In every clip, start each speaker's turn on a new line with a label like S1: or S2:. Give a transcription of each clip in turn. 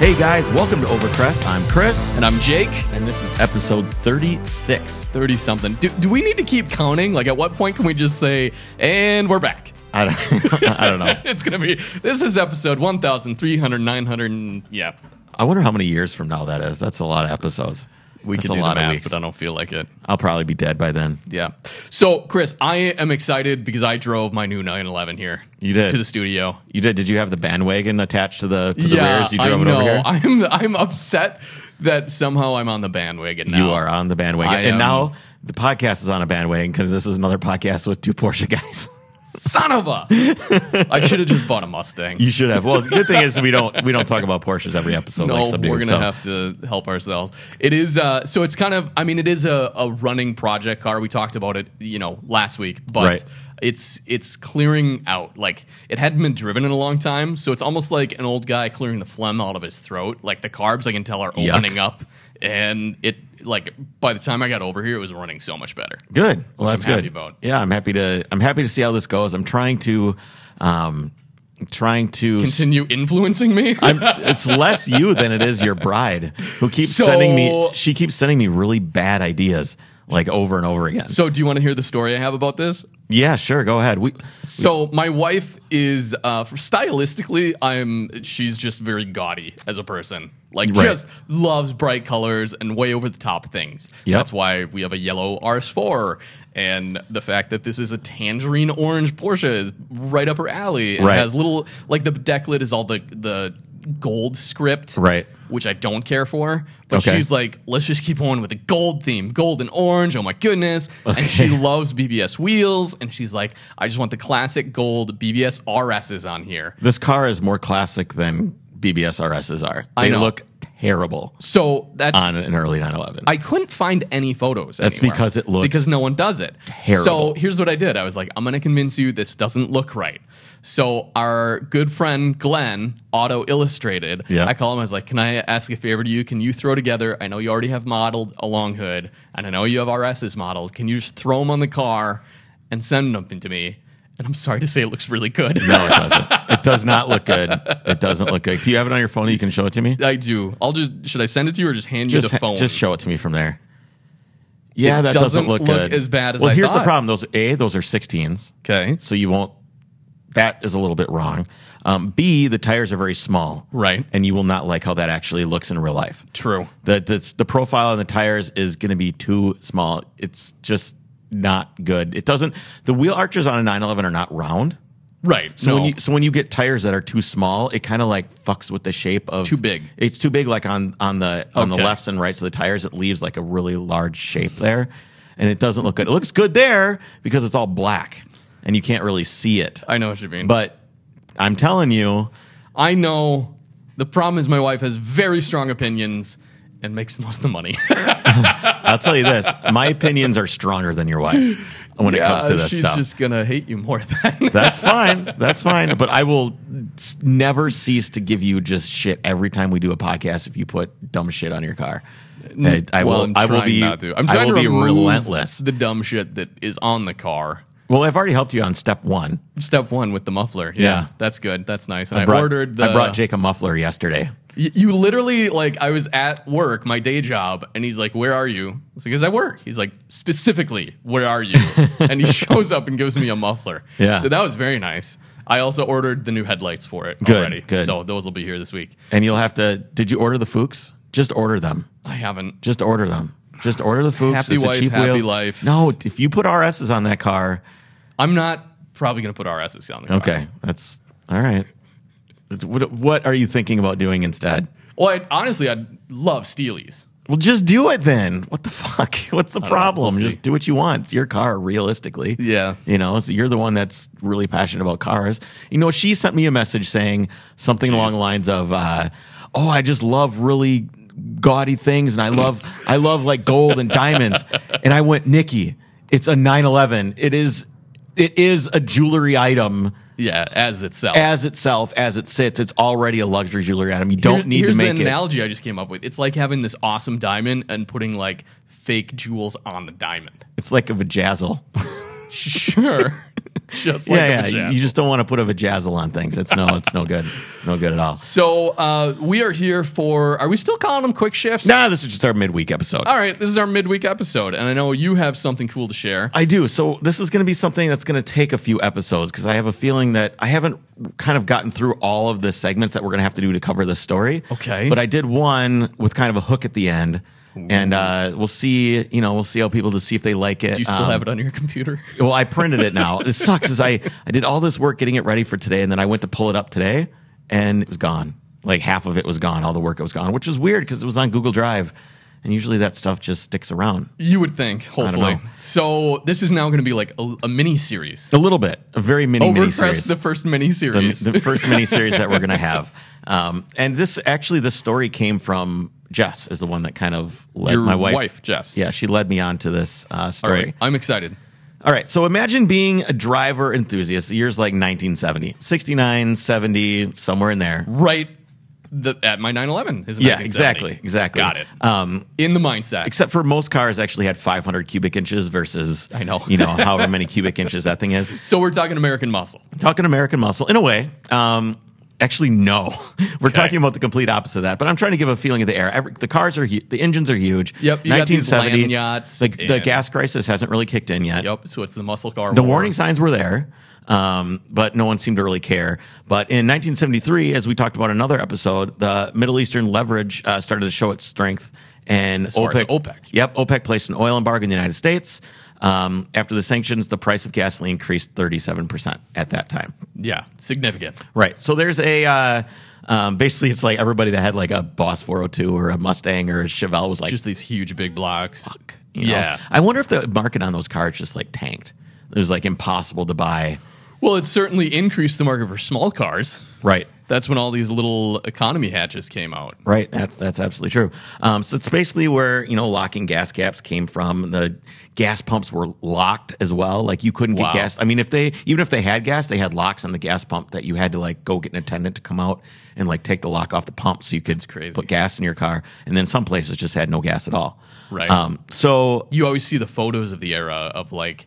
S1: Hey guys, welcome to Overcrest. I'm Chris,
S2: And I'm Jake.
S1: and this is episode 36.
S2: 30 something. Do, do we need to keep counting? Like, at what point can we just say, and we're back?
S1: I don't, I don't know.
S2: It's going to be, this is episode 1,300, 900, and yeah.
S1: I wonder how many years from now that is. That's a lot of episodes.
S2: We
S1: That's
S2: can do the math,
S1: weeks.
S2: but I don't feel like it.
S1: I'll probably be dead by then.
S2: Yeah. So, Chris, I am excited because I drove my new 911 here.
S1: You did.
S2: To the studio.
S1: You did? Did you have the bandwagon attached to the to the rears? You drove it
S2: I
S1: over here.
S2: I'm, I'm upset that somehow I'm on the bandwagon now.
S1: you are on the bandwagon,
S2: I
S1: and
S2: am-
S1: now the podcast is on a bandwagon because this is another podcast with two Porsche guys.
S2: Son of a. I should have just bought a Mustang.
S1: You should have. Well, the good thing is we don't we don't talk about Porsches every episode.
S2: No,
S1: like some do,
S2: we're gonna
S1: so.
S2: have to help ourselves. It is uh, so it's kind of I mean it is a, a running project car. We talked about it, you know, last week, but
S1: Right.
S2: it's it's clearing out. Like it hadn't been driven in a long time, so it's almost like an old guy clearing the phlegm out of his throat. Like the carbs I can tell are
S1: Yuck.
S2: opening up, and it like by the time I got over here, it was running so much better.
S1: Good. Well,
S2: I'm
S1: that's
S2: happy
S1: good.
S2: about.
S1: Yeah, I'm happy to. I'm happy to see how this goes. I'm trying to, um, trying to.
S2: Continue influencing me.
S1: I'm, it's less you than it is your bride who keeps
S2: So-
S1: sending me. She keeps sending me really bad ideas like over and over again.
S2: so, do you want to hear the story I have about this?
S1: yeah, sure. Go ahead. We
S2: So my wife is uh, for stylistically, I'm she's just very gaudy as a person. Like
S1: Right.
S2: just loves bright colors and way over the top things.
S1: Yep.
S2: That's why we have a yellow RS4 and the fact that this is a tangerine orange Porsche is right up her alley and
S1: Right.
S2: has little like the deck lid is all the the gold script
S1: Right.
S2: which i don't care for but
S1: Okay.
S2: she's like let's just keep going with the gold theme gold and orange oh my goodness and she loves BBS wheels, and she's like, I just want the classic gold BBS RSs on here.
S1: this car is more classic than BBS RSs are. They
S2: know.
S1: look terrible
S2: So that's
S1: on an early 911.
S2: I couldn't find any photos. That's
S1: because it looks
S2: because no one does it.
S1: terrible.
S2: So here's what I did. I was like, I'm going to convince you this doesn't look right. So our good friend Glenn Auto Illustrated.
S1: Yeah.
S2: I call him. I was like, Can I ask a favor to you? Can you throw together? I know you already have modeled a long hood, and I know you have RSs modeled. Can you just throw them on the car and send them to me? And I'm sorry to say, it looks really good.
S1: no, it doesn't. It does not look good. It doesn't look good. Do you have it on your phone? You can show it to me.
S2: I do. I'll just should I send it to you or just hand
S1: just,
S2: you the phone?
S1: just show it to me from there. Yeah,
S2: It
S1: that doesn't,
S2: doesn't
S1: look,
S2: look
S1: good.
S2: as bad as
S1: well.
S2: I
S1: here's the
S2: thought.
S1: problem: those a those are 16s,
S2: okay.
S1: so you won't. That is a little bit wrong. Um, B, the tires are very small,
S2: Right.
S1: And you will not like how that actually looks in real life.
S2: True.
S1: The the, the profile on the tires is going to be too small. It's just not good. It doesn't. The wheel arches on a 911 are not round.
S2: Right.
S1: So
S2: no.
S1: when you so when you get tires that are too small, it kind of like fucks with the shape of
S2: Too big.
S1: It's too big, like on on the on the
S2: Okay.
S1: lefts and rights of the tires. It leaves like a really large shape there, and it doesn't look good. It looks good there because it's all black and you can't really see it.
S2: I know what you mean.
S1: But I'm telling you,
S2: I know the problem is my wife has very strong opinions and makes most of the money.
S1: I'll tell you this: my opinions are stronger than your wife's when it comes to this
S2: she's
S1: stuff.
S2: just gonna hate you more than
S1: That's fine. That's fine. But I will s- never cease to give you just shit every time we do a podcast if you put dumb shit on your car. I, I
S2: Well,
S1: will.
S2: I'm
S1: I will
S2: trying
S1: be.
S2: Not to. I'm
S1: I
S2: trying
S1: will
S2: to
S1: be
S2: remove
S1: relentless.
S2: The dumb shit that is on the car.
S1: Well, I've already helped you on step one.
S2: Step one with the muffler. Yeah,
S1: Yeah.
S2: that's good. That's nice. And I,
S1: Brought-
S2: ordered. The,
S1: I brought Jake a muffler yesterday.
S2: Y- You literally like I was at work, my day job, and he's like, "Where are you?" I was like, "Is I work." He's like, "Specifically, where are you?" and he shows up and gives me a muffler.
S1: Yeah.
S2: So that was very nice. I also ordered the new headlights for it
S1: Good,
S2: already.
S1: good.
S2: So those will be here this week.
S1: And you'll have to. Did you order the Fuchs? Just order them.
S2: I haven't.
S1: Just order them. Just order the Fuchs.
S2: Happy
S1: it's
S2: wife,
S1: a cheap
S2: happy
S1: wheel.
S2: life.
S1: No, if you put RSs on that car,
S2: I'm not probably gonna put RSs on the car.
S1: okay, that's all right. What, what are you thinking about doing instead?
S2: Well, I'd, honestly, I'd love Steelies.
S1: Well, just do it then. What the fuck? What's the problem?
S2: We'll see.
S1: just do what you want. It's your car, realistically.
S2: Yeah.
S1: You know, so you're the one that's really passionate about cars. You know, she sent me a message saying something along the lines of, uh, "Oh, I just love really gaudy things, and I love, I love like gold and diamonds." and I went, "Nikki, it's a 911. It is, it is a jewelry item."
S2: Yeah, as itself.
S1: As itself, as it sits, it's already a luxury jewelry item. You don't
S2: Here-
S1: need to
S2: here's
S1: make
S2: the
S1: it.
S2: analogy I just came up with. It's like having this awesome diamond and putting like fake jewels on the diamond.
S1: It's like a vajazzle.
S2: Sure. just like
S1: yeah,
S2: a
S1: yeah.
S2: vajazz.
S1: You just don't want to put a vajazzle on things. It's no, it's no good, no good at all.
S2: So uh, we are here for. Are we still calling them quick shifts?
S1: Nah, this is just our midweek episode.
S2: All right, this is our midweek episode, and I know you have something cool to share.
S1: I do. So this is going to be something that's going to take a few episodes because I have a feeling that I haven't kind of gotten through all of the segments that we're going to have to do to cover this story.
S2: Okay.
S1: But I did one with kind of a hook at the end, and uh, we'll see. You know, we'll see how people to see if they like it.
S2: Do you still
S1: Um,
S2: have it on your computer?
S1: Well, I printed it now. it sucks. Is I I did all this work getting it ready for today, and then I went to pull it up today, and it was gone. Like half of it was gone. All the work was gone, which is weird because it was on Google Drive, and usually that stuff just sticks around.
S2: You would think, hopefully.
S1: know.
S2: So this is now going to be like a, a mini series.
S1: A little bit, a very mini mini
S2: Overcrest
S1: series.
S2: the first mini series.
S1: the, the first miniseries that we're going to have. Um, and this actually, this story came from Jess, is the one that kind of led
S2: Your
S1: my wife.
S2: wife, Jess.
S1: Yeah, she led me on to this uh,
S2: All
S1: story.
S2: right, I'm excited.
S1: All right. So imagine being a driver enthusiast, the years like 1970, 69, 70, somewhere in there.
S2: Right the, at my 911 is
S1: Yeah,
S2: 1970.
S1: exactly. Exactly.
S2: Got it.
S1: Um,
S2: In the mindset.
S1: except for most cars actually had 500 cubic inches versus,
S2: I know.
S1: you know, however many cubic inches that thing is.
S2: so we're talking American muscle.
S1: talking American muscle in a way. Um, actually, no, we're talking about the complete opposite of that. But I'm trying to give a feeling of the air. Every, the cars are hu- the engines are huge.
S2: Yep, you got these land yachts
S1: the, the
S2: and-
S1: gas crisis hasn't really kicked in yet.
S2: Yep. So it's the muscle car.
S1: The warning signs were there, um, but no one seemed to really care. But in 1973, as we talked about in another episode, the Middle Eastern leverage uh, started to show its strength. And
S2: far as
S1: OPEC,
S2: OPEC.
S1: Yep, OPEC placed an oil embargo in the United States. Um, after the sanctions, the price of gasoline increased 37% at that time.
S2: Yeah, significant.
S1: Right. So there's a uh, um, basically it's like everybody that had like a Boss 402 or a Mustang or a Chevelle was like,
S2: Just these huge big blocks.
S1: you know?
S2: yeah.
S1: I wonder if the market on those cars just like tanked. It was like impossible to buy.
S2: Well, it certainly increased the market for small cars.
S1: Right.
S2: That's when all these little economy hatches came out.
S1: Right. That's that's absolutely true. Um, so it's basically where you know locking gas caps came from. The gas pumps were locked as well. Like you couldn't
S2: Wow.
S1: get gas. I mean, if they even if they had gas, they had locks on the gas pump that you had to like go get an attendant to come out and like take the lock off the pump so you could
S2: crazy.
S1: put gas in your car. And then some places just had no gas at all.
S2: Right.
S1: Um, so
S2: you always see the photos of the era of like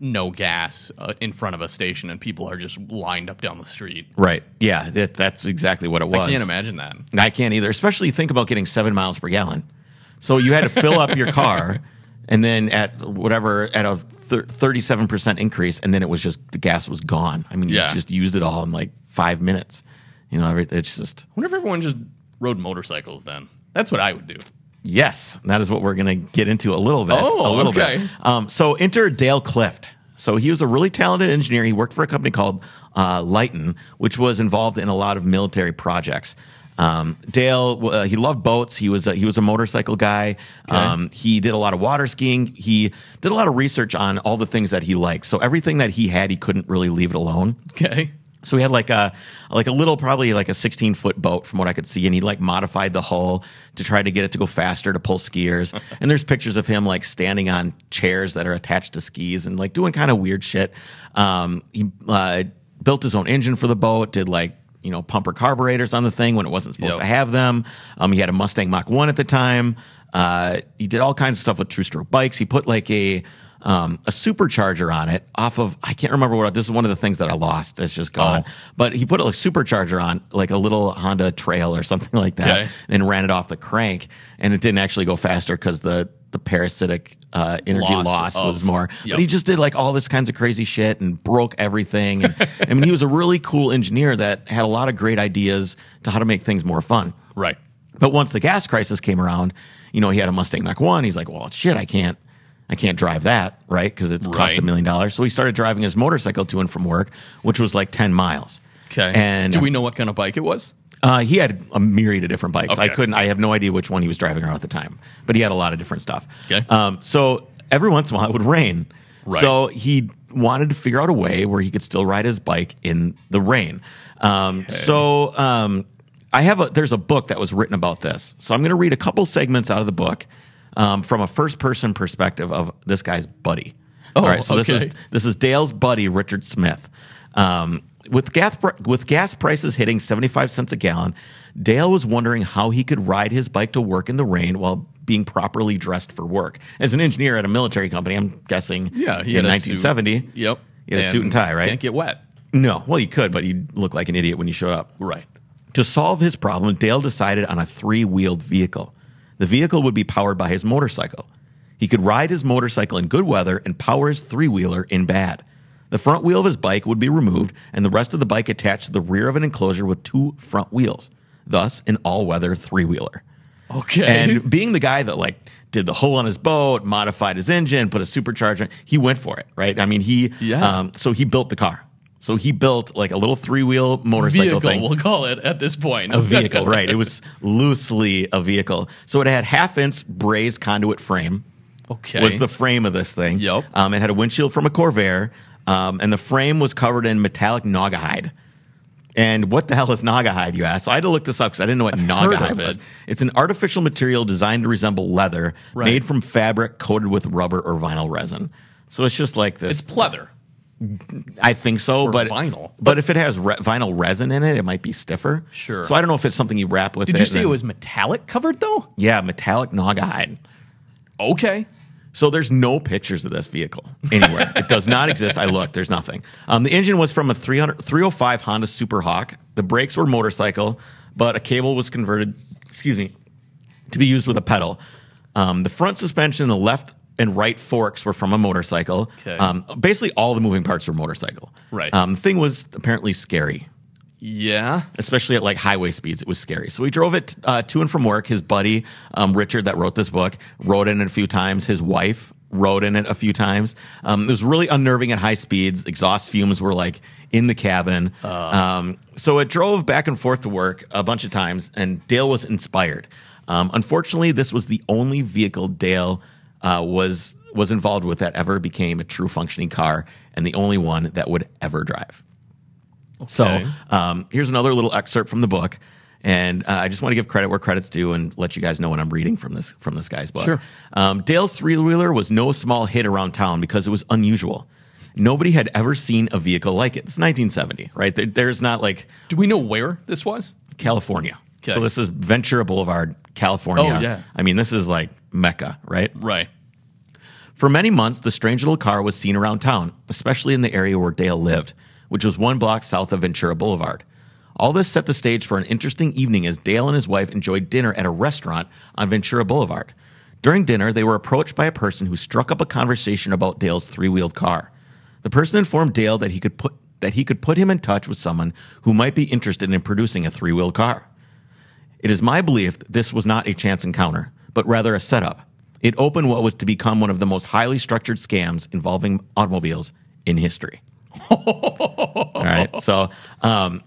S2: no gas uh, in front of a station and people are just lined up down the street.
S1: right. Yeah. That, that's exactly what it was.
S2: I can't imagine that.
S1: I can't either. Especially think about getting seven miles per gallon. So you had to fill up your car, and then at whatever at a thirty-seven percent increase, and then it was just the gas was gone. I mean,
S2: Yeah.
S1: you just used it all in like five minutes. You know, every- it's just
S2: I wonder if everyone just rode motorcycles then. That's what I would do.
S1: yes. That is what we're gonna get into a little bit.
S2: Oh,
S1: a little
S2: okay.
S1: bit. Um, so enter Dale Clift. So he was a really talented engineer. He worked for a company called uh, Lighton, which was involved in a lot of military projects. Um, Dale, uh, he loved boats. He was a, he was a motorcycle guy. Um, he did a lot of water skiing. He did a lot of research on all the things that he liked. So everything that he had, he couldn't really leave it alone.
S2: Okay.
S1: So he had like a like a little probably like a 16 foot boat from what I could see, and he like modified the hull to try to get it to go faster to pull skiers. and there's pictures of him like standing on chairs that are attached to skis and like doing kind of weird shit. Um, he uh, built his own engine for the boat, did like you know pumper carburetors on the thing when it wasn't supposed
S2: Yep.
S1: to have them. Um, he had a Mustang Mach One at the time. Uh, he did all kinds of stuff with true stroke bikes. He put like a um, a supercharger on it off of I can't remember what this is one of the things that I lost. It's just gone.
S2: Oh.
S1: But he put a supercharger on like a little Honda Trail or something like that,
S2: Okay.
S1: and ran it off the crank, and it didn't actually go faster because the the parasitic uh, energy
S2: Loss
S1: loss,
S2: of-
S1: was more.
S2: Yep.
S1: But he just did like all this kinds of crazy shit and broke everything. And, I mean, he was a really cool engineer that had a lot of great ideas to how to make things more fun.
S2: Right.
S1: But once the gas crisis came around, you know, he had a Mustang Mach 1. He's like, well, shit, I can't, I can't drive that, right? Because it's cost
S2: Right.
S1: a million dollars. So he started driving his motorcycle to and from work, which was like 10 miles.
S2: Okay.
S1: And
S2: do we know what kind of bike it was?
S1: uh, he had a myriad of different bikes. I
S2: Okay.
S1: couldn't. I have no idea which one he was driving around at the time, but he had a lot of different stuff.
S2: Okay.
S1: Um, so every once in a while it would rain.
S2: Right.
S1: So he wanted to figure out a way where he could still ride his bike in the rain. Um, So um, I have a there's a book that was written about this. So I'm going to read a couple segments out of the book um, from a first person perspective of this guy's buddy.
S2: Oh,
S1: So this
S2: okay.
S1: is this is Dale's buddy Richard Smith. Um, with gas pr- with gas prices hitting seventy five cents a gallon, Dale was wondering how he could ride his bike to work in the rain while being properly dressed for work. As an engineer at a military company, I'm guessing
S2: Yeah, he
S1: in
S2: had a
S1: nineteen seventy.
S2: Yep.
S1: You had a suit and tie, right?
S2: Can't get wet.
S1: no. Well, you could, but you'd look like an idiot when you showed up.
S2: Right.
S1: To solve his problem, Dale decided on a three wheeled vehicle. The vehicle would be powered by his motorcycle. He could ride his motorcycle in good weather and power his three wheeler in bad. The front wheel of his bike would be removed and the rest of the bike attached to the rear of an enclosure with two front wheels, thus, an all weather three wheeler.
S2: Okay.
S1: And being the guy that like did the hole on his boat, modified his engine, put a supercharger, he went for it, right? I mean, he
S2: Yeah.
S1: um, so he built the car. So he built like a little three wheel motorcycle
S2: vehicle,
S1: thing
S2: we'll call it at this point.
S1: a vehicle, right? It was loosely a vehicle. So it had half inch braised conduit frame.
S2: Okay.
S1: Was the frame of this thing?
S2: Yep.
S1: Um, it had a windshield from a Corvair, um, and the frame was covered in metallic naga hide. And what the hell is naga hide, you ask? So I had to look this up because I didn't know what naga
S2: heard
S1: hide
S2: of
S1: was.
S2: it.
S1: It's an artificial material designed to resemble leather,
S2: Right.
S1: made from fabric coated with rubber or vinyl resin. So it's just like this.
S2: it's pleather.
S1: I think so, but
S2: vinyl.
S1: But if it has re- vinyl resin in it, it might be stiffer.
S2: Sure.
S1: So I don't know if it's something you wrap with.
S2: Did you
S1: and
S2: say it
S1: then-
S2: was metallic covered though?
S1: yeah, metallic naga hide.
S2: Okay.
S1: So there's no pictures of this vehicle anywhere. it does not exist. I looked. There's nothing. Um, the engine was from a 300, 305 Honda Super Hawk. The brakes were motorcycle, but a cable was converted. Excuse me, to be used with a pedal. Um, the front suspension, and the left and right forks were from a motorcycle.
S2: Okay.
S1: Um, basically, all the moving parts were motorcycle.
S2: Right.
S1: Um, the thing was apparently scary
S2: Yeah.
S1: especially at like highway speeds. It was scary. So he drove it uh, to and from work. His buddy um, Richard, that wrote this book, rode in it a few times. His wife rode in it a few times. Um, it was really unnerving at high speeds. Exhaust fumes were like in the cabin. Um, so it drove back and forth to work a bunch of times, and Dale was inspired. Um, unfortunately, this was the only vehicle Dale uh, was was involved with that ever became a true functioning car, and the only one that would ever drive. So
S2: Okay.
S1: um, here's another little excerpt from the book, and uh, I just want to give credit where credit's due and let you guys know what I'm reading from this from this guy's book.
S2: Sure.
S1: Um, Dale's three wheeler was no small hit around town because it was unusual. Nobody had ever seen a vehicle like it. It's 1970, right? There, there's not like
S2: Do we know where this was?
S1: California.
S2: Okay.
S1: So this is Ventura Boulevard, California.
S2: Oh, yeah.
S1: I mean, this is like Mecca, right?
S2: Right.
S1: For many months, the strange little car was seen around town, especially in the area where Dale lived, which was one block south of Ventura Boulevard. All this set the stage for an interesting evening as Dale and his wife enjoyed dinner at a restaurant on Ventura Boulevard. During dinner, they were approached by a person who struck up a conversation about Dale's three-wheeled car. The person informed Dale that he could put that he could put him in touch with someone who might be interested in producing a three-wheeled car. It is my belief that this was not a chance encounter, but rather a setup. It opened what was to become one of the most highly structured scams involving automobiles in history. all right. So um,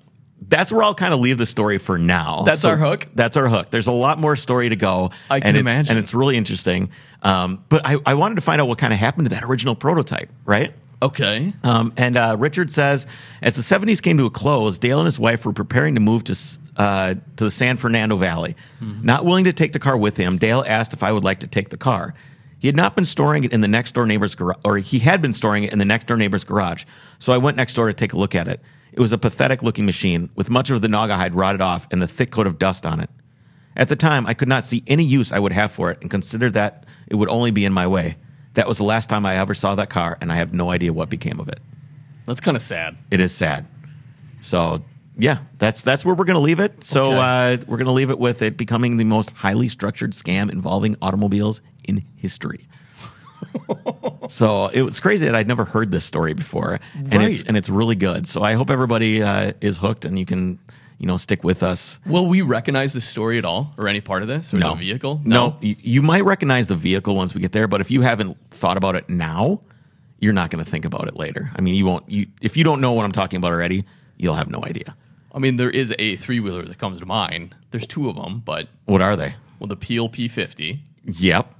S1: that's where I'll kind of leave the story for now.
S2: That's
S1: So
S2: our hook?
S1: That's our hook. There's a lot more story to go.
S2: I can
S1: and it's,
S2: imagine.
S1: And it's really interesting. Um, but I, I wanted to find out what kind of happened to that original prototype, right?
S2: Okay.
S1: Um, and uh, Richard says, as the 70s came to a close, Dale and his wife were preparing to move to s- uh, to the San Fernando Valley. Not willing to take the car with him, Dale asked if I would like to take the car. He had not been storing it in the next door neighbor's garage, or he had been storing it in the next door neighbor's garage. So I went next door to take a look at it. It was a pathetic looking machine with much of the naga hide rotted off and the thick coat of dust on it. At the time, I could not see any use I would have for it and considered that it would only be in my way. That was the last time I ever saw that car, and I have no idea what became of it.
S2: That's kind of sad.
S1: It is sad. So, yeah, that's that's where we're going to leave it. So,
S2: Okay.
S1: uh, we're going to leave it with it becoming the most highly structured scam involving automobiles in history. so it was crazy that I'd never heard this story before, and it's
S2: Right.
S1: and it's really good. So I hope everybody uh, is hooked, and you can you know stick with us.
S2: Will we recognize this story at all or any part of this or
S1: no
S2: the vehicle?
S1: No, You, you might recognize the vehicle once we get there, but if you haven't thought about it now, you're not going to think about it later. I mean, you won't. You if you don't know what I'm talking about already, you'll have no idea.
S2: I mean, there is a three wheeler that comes to mind. There's two of them, but
S1: What are they?
S2: well, the PLP 50,
S1: Yep,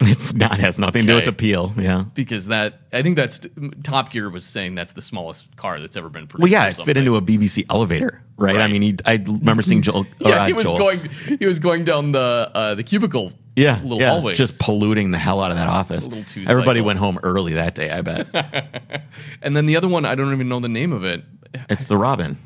S1: it's not has nothing to do with
S2: Okay.
S1: the peel. Yeah.
S2: because that, I think that's Top Gear was saying that's the smallest car that's ever been produced.
S1: Well, yeah,
S2: or
S1: it fit
S2: something.
S1: into a BBC elevator, right? I
S2: Right.
S1: mean, he, I remember seeing Joel. or,
S2: Yeah,
S1: uh,
S2: he was
S1: Joel.
S2: going. He was going down the uh, the cubicle.
S1: Yeah,
S2: little
S1: yeah,
S2: hallways.
S1: just polluting the hell out of that office.
S2: little two
S1: Everybody
S2: cycle.
S1: went home early that day. I bet
S2: and then the other one, I don't even know the name of it.
S1: it's the Robin.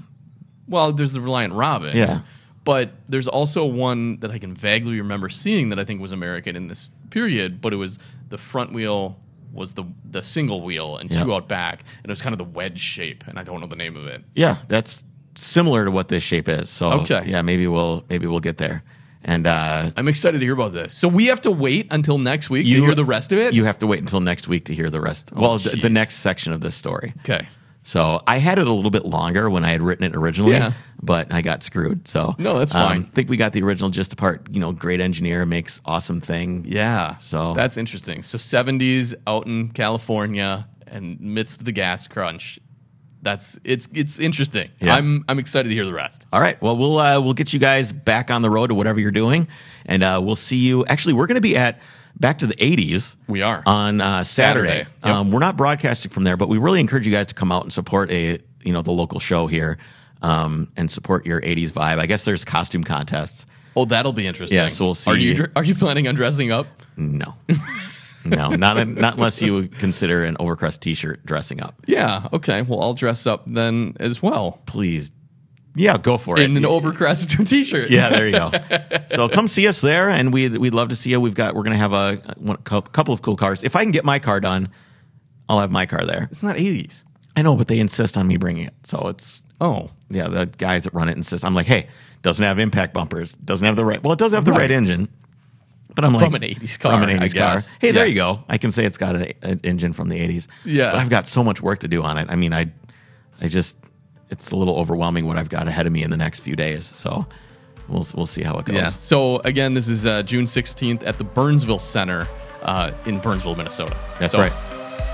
S2: Well, there's the Reliant Robin.
S1: Yeah.
S2: But there's also one that I can vaguely remember seeing that I think was American in this period, but it was the front wheel was the the single wheel and
S1: Yeah.
S2: two out back, and it was kind of the wedge shape, and I don't know the name of it.
S1: yeah, that's similar to what this shape is. So
S2: Okay.
S1: yeah, maybe we'll maybe we'll get there. And uh,
S2: I'm excited to hear about this. So we have to wait until next week to hear the rest of it. Oh,
S1: You have to wait until next week to hear the rest. well, th- the
S2: jeez.
S1: next section of this story.
S2: okay.
S1: So I had it a little bit longer when I had written it originally,
S2: Yeah.
S1: but I got screwed. So
S2: No, that's fine.
S1: I think we got the original just apart. You know, great engineer makes awesome thing.
S2: Yeah.
S1: So-
S2: that's interesting. So 70s out in California and midst of the gas crunch. That's it's it's interesting.
S1: Yeah.
S2: I'm I'm excited to hear the rest.
S1: All right. Well, we'll uh, we'll get you guys back on the road to whatever you're doing, and uh, we'll see you. Actually, we're going to be at back to the '80s.
S2: We are.
S1: on uh, Saturday.
S2: Saturday. Yep.
S1: Um, we're not broadcasting from there, but we really encourage you guys to come out and support a you know the local show here um, and support your '80s vibe. I guess there's costume contests.
S2: Oh, that'll be interesting.
S1: Yeah, so we'll
S2: Are
S1: see.
S2: you dr- are you planning on dressing up?
S1: No. no, not not unless you consider an overcrust T-shirt dressing up.
S2: Yeah. Okay. Well, I'll dress up then as well
S1: Please, yeah, go for it.
S2: in an overcrest t-shirt.
S1: yeah, there you go. So come see us there, and we'd we'd love to see you. We've got we're gonna have a, one- cou- couple of cool cars. If I can get my car done, I'll have my car there.
S2: It's not 80s.
S1: I know, but they insist on me bringing it, so it's
S2: Oh.
S1: yeah. The guys that run it insist. I'm like, hey, doesn't have impact bumpers, doesn't have the right. Well, it does have the right,
S2: Right.
S1: engine. But I'm like
S2: From an 80s car,
S1: from an
S2: I
S1: 80s car.
S2: guess.
S1: Hey, there
S2: Yeah.
S1: you go. I can say it's got an, an engine from the 80s.
S2: Yeah.
S1: but I've got so much work to do on it. I mean, I, I just, it's a little overwhelming what I've got ahead of me in the next few days. So, we'll we'll see how it goes.
S2: Yeah. So again, this is uh, June 16th at the Burnsville Center uh, in Burnsville, Minnesota.
S1: That's
S2: So
S1: right.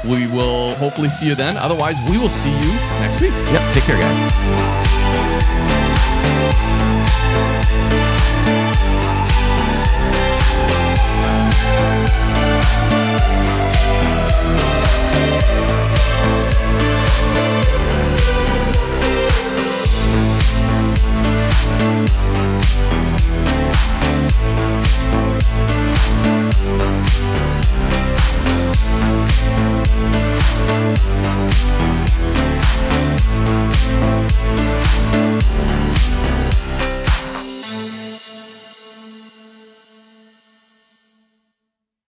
S2: We will hopefully see you then. Otherwise, we will see you next week.
S1: Yep. Take care, guys.